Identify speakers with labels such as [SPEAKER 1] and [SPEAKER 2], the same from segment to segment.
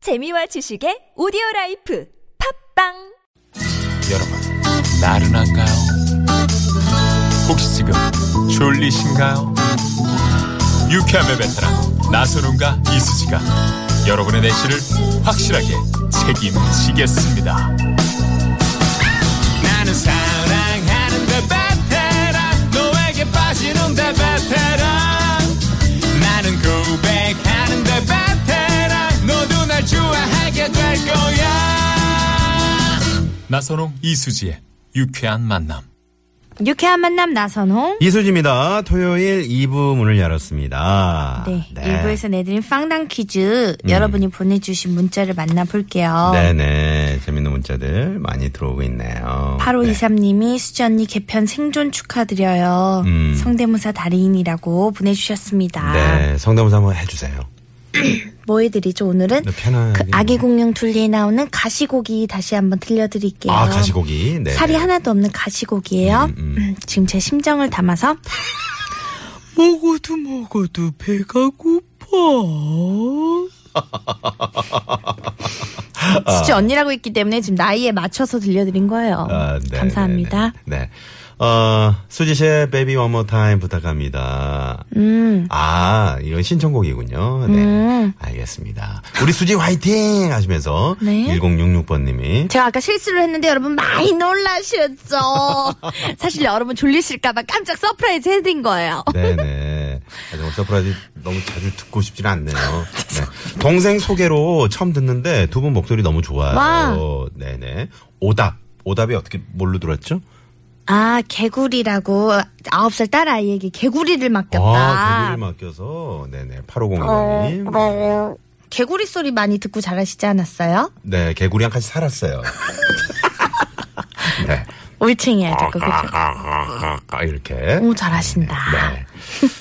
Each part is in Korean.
[SPEAKER 1] 재미와 지식의 오디오 라이프 팝빵
[SPEAKER 2] 여러분, 나른한가요? 혹시 지금 졸리신가요? 유쾌함의 베테랑 나선웅과 이수지가 여러분의 내실을 확실하게 책임지겠습니다. 나는 사랑하는데 그 베테랑 너에게 빠지는데 그 베테랑 나는 고백하는데 그 베테랑 너도 날 좋아하게 될 거야. 나선홍 이수지의 유쾌한 만남.
[SPEAKER 3] 유쾌한 만남 나선홍.
[SPEAKER 4] 이수지입니다. 토요일 2부 문을 열었습니다.
[SPEAKER 3] 네. 일부에서 내드린 빵당 퀴즈 여러분이 보내주신 문자를 만나볼게요.
[SPEAKER 4] 음. 네네. 재밌는 문자들 많이 들어오고 있네요. 음.
[SPEAKER 3] 8523님이 수지 언니 개편 생존 축하드려요. 성대모사 달인이라고 보내주셨습니다.
[SPEAKER 4] 네. 성대모사 한번 해주세요.
[SPEAKER 3] 뭐 해드리죠 오늘은?
[SPEAKER 4] 네, 편하게.
[SPEAKER 3] 그 아기 공룡 둘리에 나오는 가시고기 다시 한번 들려드릴게요.
[SPEAKER 4] 아, 가시고기. 네.
[SPEAKER 3] 예.
[SPEAKER 4] 음,
[SPEAKER 3] 살이 하나도 없는 가시고기예요. 음, 지금 제 심정을 담아서
[SPEAKER 5] 먹어도 먹어도 배가 고파.
[SPEAKER 4] 아.
[SPEAKER 3] 수지 언니라고 있기 때문에 지금 나이에 맞춰서 들려드린 거예요.
[SPEAKER 4] 아, 네,
[SPEAKER 3] 감사합니다.
[SPEAKER 4] 네. 네. 네. 어, 수지 씨의 베이비 원모 타임 부탁합니다. 음. 아, 이건 신청곡이군요. 네. 알겠습니다. 우리 수지 화이팅! 하시면서
[SPEAKER 3] 음. 네.
[SPEAKER 4] 1066번 님이
[SPEAKER 3] 제가 아까 실수를 했는데 여러분 많이 놀라셨죠? 사실 여러분 졸리실까봐 깜짝 서프라이즈 해드린 거예요.
[SPEAKER 4] 네네. 하지만 서프라이즈 너무 자주 듣고 싶지는 않네요. 네. 동생 소개로 처음 듣는데 두 분 목소리 너무 좋아요.
[SPEAKER 3] 와.
[SPEAKER 4] 네네. 오답. 오답이 어떻게 뭘로 들었죠?
[SPEAKER 3] 아, 개구리라고 아홉 살 딸아이에게 개구리를
[SPEAKER 4] 아,
[SPEAKER 3] 맡겼다.
[SPEAKER 4] 개구리를 맡겨서 네네
[SPEAKER 3] 어, 네.
[SPEAKER 4] 8501님.
[SPEAKER 3] 개구리 소리 많이 듣고 자라시지 않았어요?
[SPEAKER 4] 네 개구리랑 같이 살았어요. 네.
[SPEAKER 3] 올챙이야, 자꾸. 아, 그죠?
[SPEAKER 4] 아, 이렇게.
[SPEAKER 3] 오, 잘하신다.
[SPEAKER 4] 아, 네.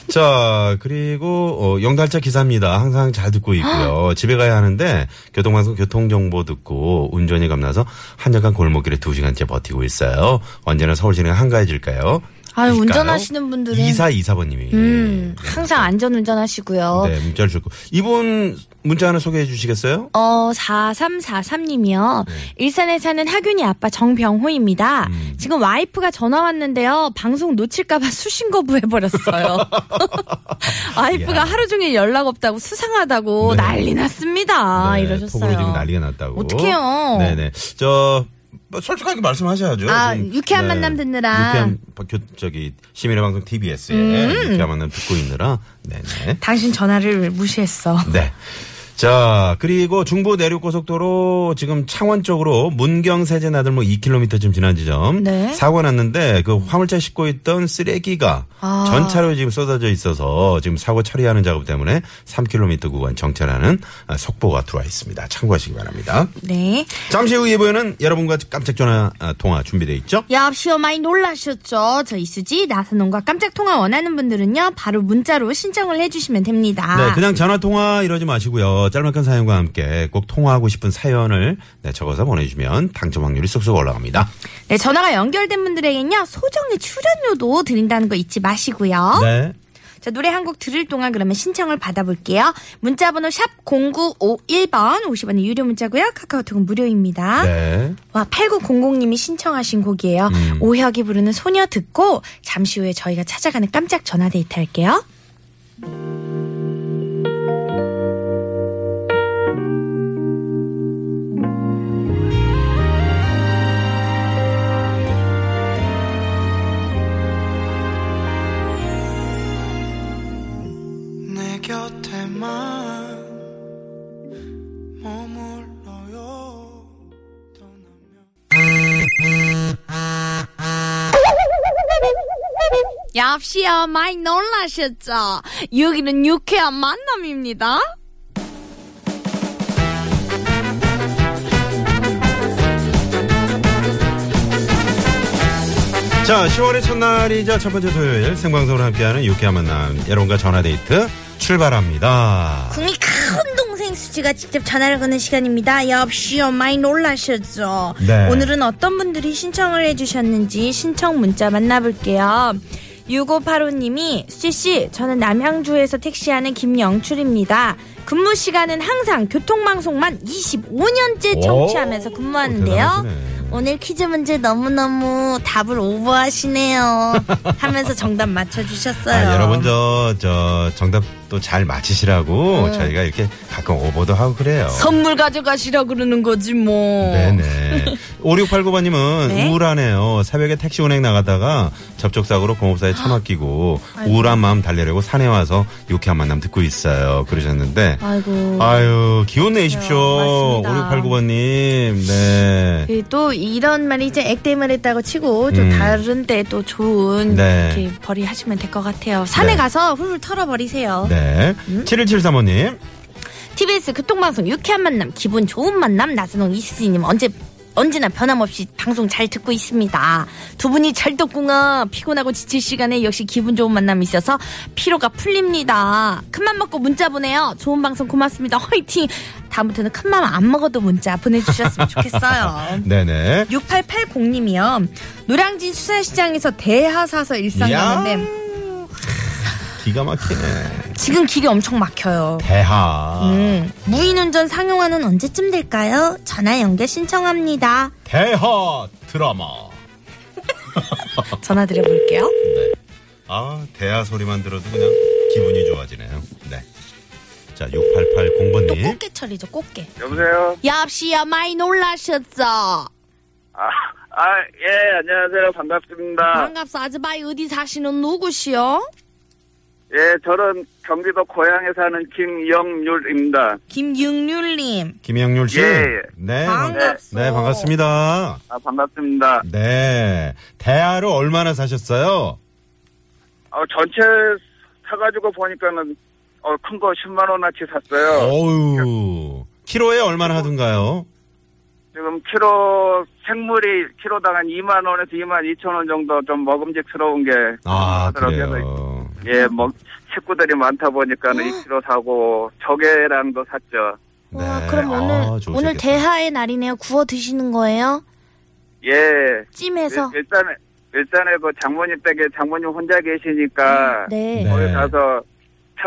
[SPEAKER 4] 자, 그리고, 어, 영달자 기사입니다. 항상 잘 듣고 있고요. 집에 가야 하는데, 교통방송 교통정보 듣고, 운전이 겁나서, 한적한 골목길에 두 시간째 버티고 있어요. 언제나 서울시내 한가해질까요?
[SPEAKER 3] 아유, 운전하시는 분들은-
[SPEAKER 4] 2424번님이.
[SPEAKER 3] 음, 항상 안전 운전하시고요.
[SPEAKER 4] 네, 문자를 줬고. 이분 문자 하나 소개해 주시겠어요?
[SPEAKER 3] 어, 4343님이요.
[SPEAKER 4] 네.
[SPEAKER 3] 일산에 사는 하균이 아빠 정병호입니다.
[SPEAKER 4] 음.
[SPEAKER 3] 지금 와이프가 전화 왔는데요. 방송 놓칠까봐 수신 거부해버렸어요. 와이프가
[SPEAKER 4] 야.
[SPEAKER 3] 하루 종일 연락 없다고 수상하다고
[SPEAKER 4] 네.
[SPEAKER 3] 난리 났습니다.
[SPEAKER 4] 네,
[SPEAKER 3] 아, 이러셨어요.
[SPEAKER 4] 톡으로 지금 난리가 났다고.
[SPEAKER 3] 어떡해요?
[SPEAKER 4] 네네. 저, 뭐 솔직하게 말씀하셔야죠.
[SPEAKER 3] 아,
[SPEAKER 4] 지금,
[SPEAKER 3] 유쾌한 만남 듣느라.
[SPEAKER 4] 유쾌한, 바- 교- 저기, 시민의 방송 TBS에
[SPEAKER 3] 음.
[SPEAKER 4] 유쾌한 만남 듣고 있느라. 네네.
[SPEAKER 3] 당신 전화를 무시했어.
[SPEAKER 4] 네. 자, 그리고 중부 내륙 고속도로 지금 창원 쪽으로 문경 세제 나들목 2km쯤 지난 지점
[SPEAKER 3] 네.
[SPEAKER 4] 사고 가 났는데 그 화물차 싣고 있던 쓰레기가
[SPEAKER 3] 아.
[SPEAKER 4] 전차로 지금 쏟아져 있어서 지금 사고 처리하는 작업 때문에 3km 구간 정차라는 아, 속보가 들어와 있습니다. 참고하시기 바랍니다.
[SPEAKER 3] 네.
[SPEAKER 4] 잠시 후 2부에는 여러분과 깜짝 전화 아, 통화 준비되어 있죠?
[SPEAKER 3] 역시요 많이 놀라셨죠? 저 이수지 나선홍과 깜짝 통화 원하는 분들은요 바로 문자로 신청을 해주시면 됩니다.
[SPEAKER 4] 네, 그냥 전화 통화 이러지 마시고요. 짧은 사연과 함께 꼭 통화하고 싶은 사연을 네, 적어서 보내주시면 당첨 확률이 쏙쏙 올라갑니다.
[SPEAKER 3] 네, 전화가 연결된 분들에게는요, 소정의 출연료도 드린다는 거 잊지 마시고요.
[SPEAKER 4] 네.
[SPEAKER 3] 자, 노래 한 곡 들을 동안 그러면 신청을 받아볼게요. 문자번호 샵 0951번, 50원의 유료 문자고요 카카오톡은 무료입니다.
[SPEAKER 4] 네.
[SPEAKER 3] 와, 8900님이 신청하신 곡이에요.
[SPEAKER 4] 음.
[SPEAKER 3] 오혁이 부르는 소녀 듣고, 잠시 후에 저희가 찾아가는 깜짝 전화 데이트 할게요.
[SPEAKER 5] 내 곁에만 머물러요. 떠나면
[SPEAKER 3] 역시요, 많이 놀라셨죠? 여기는 유쾌한 만남입니다.
[SPEAKER 4] 자, 10월의 첫날이자 첫 번째 토요일 생방송으로 함께하는 유쾌한 만남 여러분과 전화데이트 출발합니다.
[SPEAKER 3] 국민 큰 동생 수지가 직접 전화를 거는 시간입니다. 역시요 많이 놀라셨죠.
[SPEAKER 4] 네.
[SPEAKER 3] 오늘은 어떤 분들이 신청을 해주셨는지 신청 문자 만나볼게요. 6585님이 수지씨 저는 남양주에서 택시하는 김영출입니다. 근무 시간은 항상 교통방송만 25년째
[SPEAKER 4] 오,
[SPEAKER 3] 청취하면서 근무하는데요.
[SPEAKER 4] 대단하시네.
[SPEAKER 3] 오늘 퀴즈 문제 너무너무 답을 오버하시네요. 하면서 정답 맞춰주셨어요.
[SPEAKER 4] 아, 여러분 저, 저 정답도 잘 맞히시라고
[SPEAKER 3] 음.
[SPEAKER 4] 저희가 이렇게 가끔 오버도 하고 그래요.
[SPEAKER 3] 선물 가져가시라 그러는 거지 뭐.
[SPEAKER 4] 네네. 5689번님은
[SPEAKER 3] 네?
[SPEAKER 4] 우울하네요. 새벽에 택시 운행 나가다가 접촉사고로
[SPEAKER 3] 아.
[SPEAKER 4] 공업사에 차 맡기고 우울한 마음 달래려고 산에 와서 유쾌한 만남 듣고 있어요. 그러셨는데.
[SPEAKER 3] 아이고.
[SPEAKER 4] 아유, 기운 내십시오.
[SPEAKER 3] 맞습니다.
[SPEAKER 4] 5689번님. 네.
[SPEAKER 3] 그또 이런 말이 이제 액땜을 했다고 치고 좀
[SPEAKER 4] 음.
[SPEAKER 3] 다른 데 또 좋은
[SPEAKER 4] 네.
[SPEAKER 3] 이렇게 벌이하시면 될 것 같아요. 산에
[SPEAKER 4] 네.
[SPEAKER 3] 가서 훌훌 털어버리세요.
[SPEAKER 4] 네.
[SPEAKER 3] 음?
[SPEAKER 4] 7173호님.
[SPEAKER 3] TBS 교통방송 유쾌한 만남, 기분 좋은 만남, 나선홍 이수진님 언제 언제나 변함없이 방송 잘 듣고 있습니다. 두 분이 찰떡궁합 피곤하고 지칠 시간에 역시 기분 좋은 만남이 있어서 피로가 풀립니다. 큰맘 먹고 문자 보내요. 좋은 방송 고맙습니다. 화이팅. 다음부터는 큰맘 안 먹어도 문자 보내주셨으면 좋겠어요.
[SPEAKER 4] 네네.
[SPEAKER 3] 6880님이요. 노량진 수산시장에서 대하 사서 일상
[SPEAKER 4] 이야.
[SPEAKER 3] 가는데
[SPEAKER 4] 기가 막히네.
[SPEAKER 3] 지금 길이 엄청 막혀요.
[SPEAKER 4] 대하.
[SPEAKER 3] 음, 무인운전 상용화는 언제쯤 될까요? 전화 연결 신청합니다.
[SPEAKER 4] 대하 드라마.
[SPEAKER 3] 전화 드려볼게요.
[SPEAKER 4] 아, 대하 소리만 들어도 그냥 기분이 좋아지네요. 네. 자, 6880번님.
[SPEAKER 3] 꽃게철이죠, 꽃게.
[SPEAKER 6] 여보세요?
[SPEAKER 3] 역시야, 많이 놀라셨죠?
[SPEAKER 6] 아, 아, 예, 안녕하세요. 반갑습니다.
[SPEAKER 3] 반갑소, 아즈바이 어디 사시는 누구시요?
[SPEAKER 6] 예, 저는 경기도 고향에 사는 김영률입니다.
[SPEAKER 3] 김육률님.
[SPEAKER 4] 김영률 씨.
[SPEAKER 6] 예, 예.
[SPEAKER 4] 네. 반-
[SPEAKER 3] 반갑소.
[SPEAKER 4] 네, 반갑습니다.
[SPEAKER 6] 아, 반갑습니다.
[SPEAKER 4] 네. 대하로 얼마나 사셨어요?
[SPEAKER 6] 어, 전체 사가지고 보니까는, 어, 큰 거 10만원어치 샀어요.
[SPEAKER 4] 어우. 키로에 얼마나 하던가요?
[SPEAKER 6] 지금 키로, 생물이 키로당 한 2만원에서 2만 2천원 정도 좀 먹음직스러운 게.
[SPEAKER 4] 아,
[SPEAKER 6] 하더라고요.
[SPEAKER 4] 그래요.
[SPEAKER 6] 예, 뭐, 식구들이 많다 보니까는 2kg 사고, 조개랑도 샀죠.
[SPEAKER 3] 와,
[SPEAKER 4] 네.
[SPEAKER 3] 그럼 오늘,
[SPEAKER 4] 아,
[SPEAKER 3] 오늘
[SPEAKER 4] 좋으시겠다.
[SPEAKER 3] 대하의 날이네요. 구워 드시는 거예요?
[SPEAKER 6] 예.
[SPEAKER 3] 찜해서?
[SPEAKER 6] 일- 일단은, 일단은 그 장모님 댁에 장모님 혼자 계시니까.
[SPEAKER 3] 네.
[SPEAKER 4] 네.
[SPEAKER 6] 거기 가서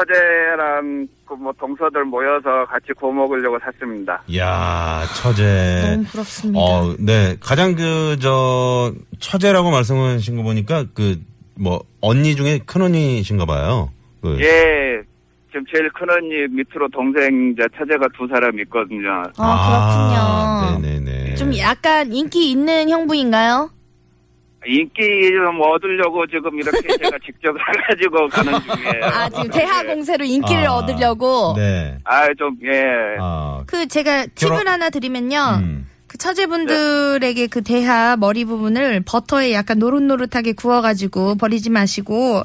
[SPEAKER 6] 처제랑 그 뭐 동서들 모여서 같이 구워 먹으려고 샀습니다.
[SPEAKER 4] 이야, 처제.
[SPEAKER 3] 너무 부럽습니다.
[SPEAKER 4] 네. 어, 네. 가장 그, 저, 처제라고 말씀하신 거 보니까 그, 뭐, 언니 중에 큰 언니신가 봐요. 그,
[SPEAKER 6] 예. 지금 제일 큰 언니 밑으로 동생 이제 처제가 두 사람 있거든요.
[SPEAKER 3] 아, 그렇군요.
[SPEAKER 4] 네네네.
[SPEAKER 3] 좀 약간 인기 있는 형부인가요?
[SPEAKER 6] 인기 좀 얻으려고 지금 이렇게 제가 직접 가가지고 가는 중이에요. 예.
[SPEAKER 3] 아, 지금 대하 공세로 인기를
[SPEAKER 4] 아,
[SPEAKER 3] 얻으려고.
[SPEAKER 4] 네.
[SPEAKER 6] 아, 좀, 예.
[SPEAKER 4] 아,
[SPEAKER 3] 그 제가
[SPEAKER 4] 결혼-
[SPEAKER 3] 팁을 하나 드리면요.
[SPEAKER 4] 음.
[SPEAKER 3] 그 처제분들에게 그 대하 머리 부분을 버터에 약간 노릇노릇하게 구워가지고 버리지 마시고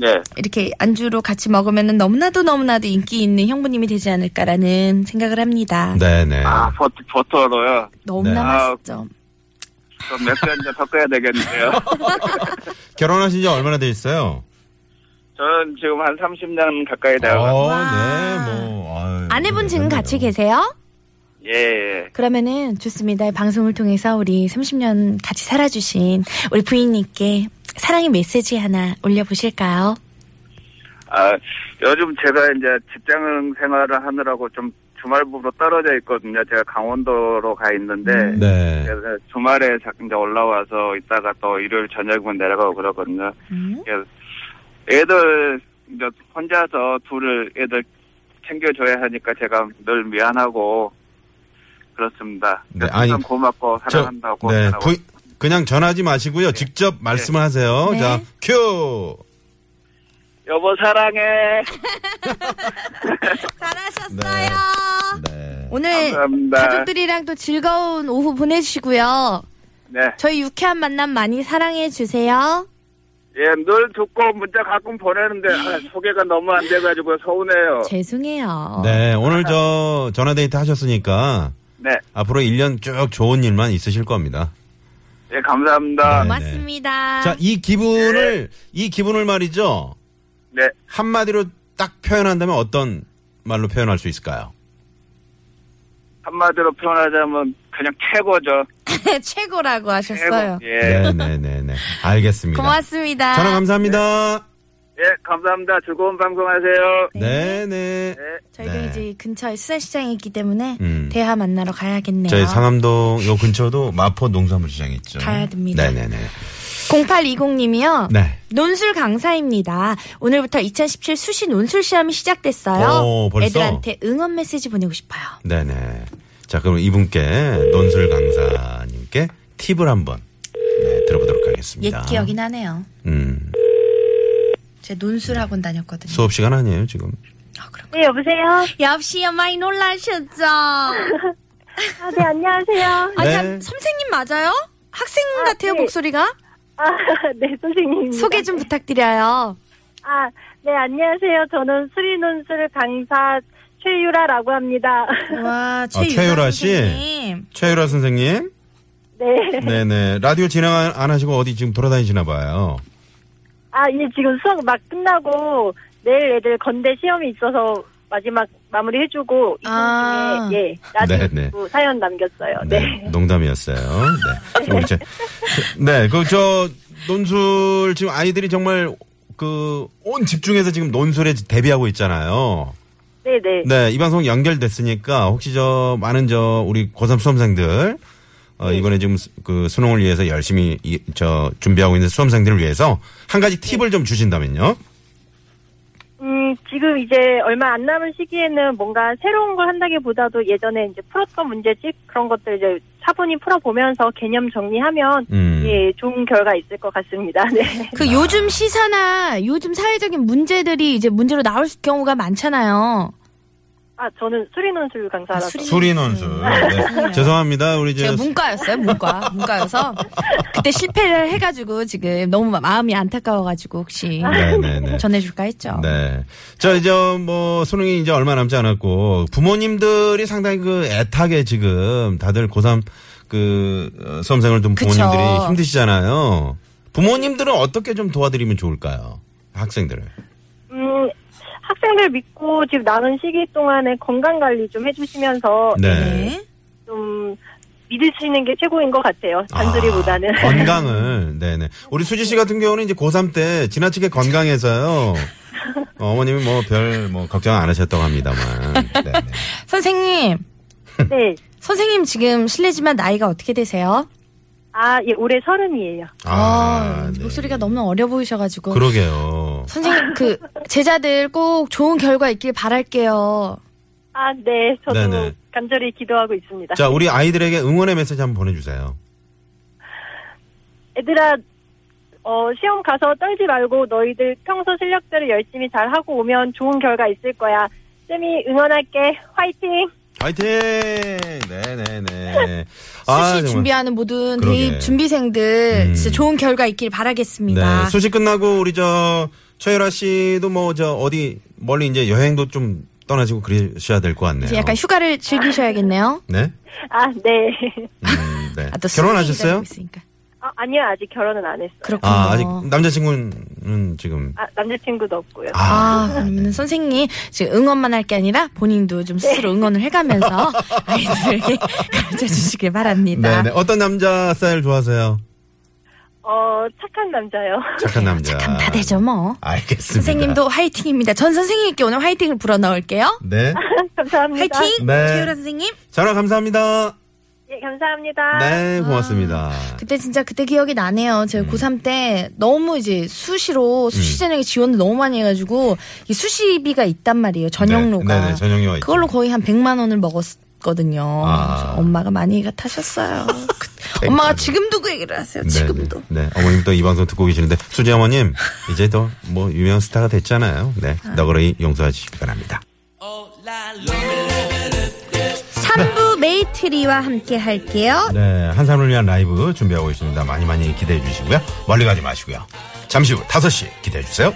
[SPEAKER 6] 네.
[SPEAKER 3] 이렇게 안주로 같이 먹으면 너무나도 너무나도 인기 있는 형부님이 되지 않을까라는 생각을 합니다.
[SPEAKER 4] 네네.
[SPEAKER 6] 아, 버, 버터로요.
[SPEAKER 3] 너무나
[SPEAKER 4] 네.
[SPEAKER 3] 맛있죠.
[SPEAKER 6] 좀 몇 개 이제 섞어야 되겠는데요.
[SPEAKER 4] 결혼하신 지 얼마나 되셨어요?
[SPEAKER 6] 저는 지금 한 30년 가까이 되어
[SPEAKER 4] 어,
[SPEAKER 3] 와.
[SPEAKER 4] 네, 뭐. 아유,
[SPEAKER 3] 아내분 지금
[SPEAKER 4] 그러네요.
[SPEAKER 3] 같이 계세요?
[SPEAKER 6] 예, 예.
[SPEAKER 3] 그러면은 좋습니다. 이 방송을 통해서 우리 30년 같이 살아주신 우리 부인님께 사랑의 메시지 하나 올려보실까요?
[SPEAKER 6] 아, 요즘 제가 이제 직장 생활을 하느라고 좀 주말부로 떨어져 있거든요. 제가 강원도로 가 있는데.
[SPEAKER 4] 네.
[SPEAKER 6] 그래서 주말에 자- 이제 올라와서 있다가 또 일요일 저녁은 내려가고 그러거든요.
[SPEAKER 3] 음.
[SPEAKER 6] 그래서 애들 이제 혼자서 둘을 애들 챙겨줘야 하니까 제가 늘 미안하고 그렇습니다.
[SPEAKER 4] 네,
[SPEAKER 6] 항상
[SPEAKER 4] 아니,
[SPEAKER 6] 고맙고 사랑한다고.
[SPEAKER 4] 저, 네.
[SPEAKER 6] 전하고
[SPEAKER 4] 부인- 그냥 전하지 마시고요.
[SPEAKER 6] 네.
[SPEAKER 4] 직접 말씀을 하세요.
[SPEAKER 3] 네.
[SPEAKER 4] 자, 큐!
[SPEAKER 6] 여보 사랑해.
[SPEAKER 3] 잘하셨어요. 아.
[SPEAKER 4] 네.
[SPEAKER 3] 오늘
[SPEAKER 6] 감사합니다.
[SPEAKER 3] 가족들이랑 또 즐거운 오후 보내시고요.
[SPEAKER 6] 네.
[SPEAKER 3] 저희 유쾌한 만남 많이 사랑해 주세요.
[SPEAKER 6] 예, 늘 듣고 문자 가끔 보내는데
[SPEAKER 3] 네.
[SPEAKER 6] 아, 소개가 너무 안 돼가지고 서운해요.
[SPEAKER 3] 죄송해요.
[SPEAKER 4] 네, 오늘 저 전화데이트 하셨으니까
[SPEAKER 6] 네,
[SPEAKER 4] 앞으로 1년 쭉 좋은 일만 있으실 겁니다.
[SPEAKER 6] 예, 감사합니다.
[SPEAKER 4] 네.
[SPEAKER 3] 고맙습니다.
[SPEAKER 4] 자, 이 기분을, 이 기분을 말이죠.
[SPEAKER 6] 네,
[SPEAKER 4] 한마디로 딱 표현한다면 어떤 말로 표현할 수 있을까요?
[SPEAKER 6] 한마디로 표현하자면 그냥 최고죠.
[SPEAKER 3] 최고라고
[SPEAKER 6] 최고.
[SPEAKER 3] 하셨어요.
[SPEAKER 6] 예,
[SPEAKER 4] 네. 네네네네. 알겠습니다.
[SPEAKER 3] 고맙습니다.
[SPEAKER 4] 전화 감사합니다.
[SPEAKER 6] 예, 예, 감사합니다. 즐거운 방송하세요.
[SPEAKER 4] 네, 네.
[SPEAKER 3] 저희가
[SPEAKER 4] 네.
[SPEAKER 3] 이제 근처에 수산시장이 있기 때문에
[SPEAKER 4] 음.
[SPEAKER 3] 대하 만나러 가야겠네요.
[SPEAKER 4] 저희 상암동 요 근처도 마포 농산물 시장 있죠.
[SPEAKER 3] 가야 됩니다.
[SPEAKER 4] 네네네.
[SPEAKER 3] 0820님이요.
[SPEAKER 4] 네.
[SPEAKER 3] 논술 강사입니다. 오늘부터 2017 수시 논술 시험이 시작됐어요.
[SPEAKER 4] 오, 벌써?
[SPEAKER 3] 애들한테 응원 메시지 보내고 싶어요.
[SPEAKER 4] 네네. 자, 그럼 이분께 논술 강사님께 팁을 한번 네, 들어보도록
[SPEAKER 3] 옛
[SPEAKER 4] 하겠습니다.
[SPEAKER 3] 예, 기억이 나네요.
[SPEAKER 4] 음,
[SPEAKER 3] 제 논술 학원 다녔거든요.
[SPEAKER 4] 수업 시간 아니에요 지금?
[SPEAKER 7] 네, 여보세요?
[SPEAKER 3] 역시요 많이 놀라셨죠? 아,
[SPEAKER 7] 아, 네, 안녕하세요.
[SPEAKER 4] 네.
[SPEAKER 3] 참, 선생님 맞아요? 학생
[SPEAKER 7] 아,
[SPEAKER 3] 같아요
[SPEAKER 7] 네.
[SPEAKER 3] 목소리가?
[SPEAKER 7] 아, 네, 선생님.
[SPEAKER 3] 소개 좀 부탁드려요.
[SPEAKER 7] 아, 네, 안녕하세요. 저는 수리논술 강사 최유라라고 합니다.
[SPEAKER 3] 와
[SPEAKER 4] 아, 최유라 씨? 최유라 선생님.
[SPEAKER 7] 네.
[SPEAKER 4] 네네. 라디오 진행 안- 안 하시고 어디 지금 돌아다니시나 봐요.
[SPEAKER 7] 아, 예, 지금 수업 막 끝나고 내일 애들 건대 시험이 있어서 마지막 마무리 해주고 이번
[SPEAKER 3] 아.
[SPEAKER 7] 중에 예,
[SPEAKER 4] 네, 네.
[SPEAKER 7] 나도 사연 남겼어요. 네.
[SPEAKER 4] 네, 농담이었어요. 네. 우리 제, 네, 그 저 논술 지금 아이들이 정말 그 온 집중해서 지금 논술에 데뷔하고 있잖아요.
[SPEAKER 7] 네, 네.
[SPEAKER 4] 네, 이 방송 연결됐으니까 혹시 저 많은 저 우리 고3 수험생들
[SPEAKER 3] 네.
[SPEAKER 4] 어, 이번에 지금 수- 그 수능을 위해서 열심히 이, 저 준비하고 있는 수험생들을 위해서 한 가지
[SPEAKER 3] 네.
[SPEAKER 4] 팁을 좀 주신다면요.
[SPEAKER 7] 음, 지금 이제 얼마 안 남은 시기에는 뭔가 새로운 걸 한다기보다도 예전에 이제 풀었던 문제집 그런 것들 이제 차분히 풀어보면서 개념 정리하면
[SPEAKER 4] 음.
[SPEAKER 7] 예, 좋은 결과 있을 것 같습니다. 네.
[SPEAKER 3] 그 요즘 시사나 요즘 사회적인 문제들이 이제 문제로 나올 경우가 많잖아요.
[SPEAKER 7] 아, 저는 수리논술 강사라서.
[SPEAKER 3] 수리-
[SPEAKER 4] 수리 논술. 네. 죄송합니다. 우리
[SPEAKER 3] 제가
[SPEAKER 4] 저
[SPEAKER 3] 문과였어요, 문과. 문과여서. 그때 실패를 해가지고 지금 너무 마음이 안타까워가지고 혹시
[SPEAKER 4] 네, 네, 네.
[SPEAKER 3] 전해줄까 했죠.
[SPEAKER 4] 네. 자, 이제 뭐 수능이 이제 얼마 남지 않았고 부모님들이 상당히 그 애타게 지금 다들 고3 그 어, 수험생을 둔
[SPEAKER 3] 그쵸.
[SPEAKER 4] 부모님들이 힘드시잖아요. 부모님들은 어떻게 좀 도와드리면 좋을까요? 학생들을.
[SPEAKER 7] 음, 학생들 믿고 지금 남은 시기 동안에 건강 관리 좀 해주시면서
[SPEAKER 4] 네.
[SPEAKER 7] 좀 믿으시는 게 최고인 것 같아요. 단소리보다는.
[SPEAKER 4] 아, 건강을. 네네. 우리 수지 씨 같은 경우는 이제 고3 때 지나치게 건강해서요. 어, 머님이 뭐 별 뭐 걱정 안 하셨다고 합니다만. 네네.
[SPEAKER 3] 선생님,
[SPEAKER 7] 네.
[SPEAKER 3] 선생님 지금 실례지만 나이가 어떻게 되세요?
[SPEAKER 7] 아, 예, 올해 서른이에요.
[SPEAKER 3] 아,
[SPEAKER 4] 네.
[SPEAKER 3] 목소리가 너무나 어려 보이셔가지고.
[SPEAKER 4] 그러게요.
[SPEAKER 3] 선생님, 그, 제자들 꼭 좋은 결과 있길 바랄게요.
[SPEAKER 7] 아, 네. 저도
[SPEAKER 4] 네네.
[SPEAKER 7] 간절히 기도하고 있습니다.
[SPEAKER 4] 자, 우리 아이들에게 응원의 메시지 한번 보내주세요.
[SPEAKER 7] 애들아, 어, 시험 가서 떨지 말고 너희들 평소 실력대로 열심히 잘 하고 오면 좋은 결과 있을 거야. 쌤이 응원할게. 화이팅!
[SPEAKER 4] 화이팅! 네네네.
[SPEAKER 3] 수시 준비하는 모든
[SPEAKER 4] 아, 그러게.
[SPEAKER 3] 대입 준비생들
[SPEAKER 4] 음.
[SPEAKER 3] 진짜 좋은 결과 있길
[SPEAKER 4] 네.
[SPEAKER 3] 바라겠습니다.
[SPEAKER 4] 수시 끝나고 우리 저, 최유라 씨도 뭐 저 어디 멀리 이제 여행도 좀 떠나시고 그러셔야 될 것 같네요.
[SPEAKER 3] 이제 약간 휴가를 즐기셔야겠네요.
[SPEAKER 4] 네?
[SPEAKER 7] 아, 네.
[SPEAKER 4] 음, 네.
[SPEAKER 3] 아, 또
[SPEAKER 4] 결혼하셨어요?
[SPEAKER 3] 수능이 기다리고 있으니까.
[SPEAKER 7] 아, 아니요, 아직 결혼은 안 했어요.
[SPEAKER 3] 그렇군요.
[SPEAKER 4] 아, 아직 남자친구는 지금.
[SPEAKER 7] 아, 남자친구도 없고요.
[SPEAKER 3] 아, 그러면 선생님 지금 응원만 할 게 아니라 본인도 좀
[SPEAKER 4] 네.
[SPEAKER 3] 스스로 응원을 해가면서 아이들에게 가르쳐 주시길 바랍니다.
[SPEAKER 4] 네네. 어떤 남자 스타일 좋아하세요?
[SPEAKER 7] 어, 착한 남자요.
[SPEAKER 4] 착한 남자.
[SPEAKER 3] 착함 다 되죠 뭐.
[SPEAKER 4] 알겠습니다.
[SPEAKER 3] 선생님도 화이팅입니다. 전 선생님께 오늘 화이팅을 불어넣을게요.
[SPEAKER 4] 네.
[SPEAKER 7] 감사합니다.
[SPEAKER 3] 화이팅!
[SPEAKER 4] 네.
[SPEAKER 3] 최유라 선생님.
[SPEAKER 4] 전화 감사합니다.
[SPEAKER 7] 예, 감사합니다.
[SPEAKER 3] 아.
[SPEAKER 4] 네, 고맙습니다.
[SPEAKER 3] 그때 진짜 그때 기억이 나네요. 제가
[SPEAKER 4] 음.
[SPEAKER 3] 고3 때 너무 이제 수시로 수시 전형에 지원을 너무 많이 해가지고 이 수시비가 있단 말이에요. 전형료가.
[SPEAKER 4] 네, 네네, 전형료가 있죠.
[SPEAKER 3] 그걸로 거의 한 100만 원을 먹었거든요.
[SPEAKER 4] 아.
[SPEAKER 3] 그래서 엄마가 많이 타셨어요. 그- 엄마가 지금도 그 얘기를 하세요. 지금도.
[SPEAKER 4] 네, 네. 어머님 또 이 방송 듣고 계시는데 수지 어머님 이제 또 뭐 유명 스타가 됐잖아요. 네, 너그러이 용서하시기 바랍니다.
[SPEAKER 3] 3부 메이트리와 함께 할게요.
[SPEAKER 4] 네, 한 사람을 위한 라이브 준비하고 있습니다. 많이 많이 기대해 주시고요. 멀리 가지 마시고요. 잠시 후 5시 기대해 주세요.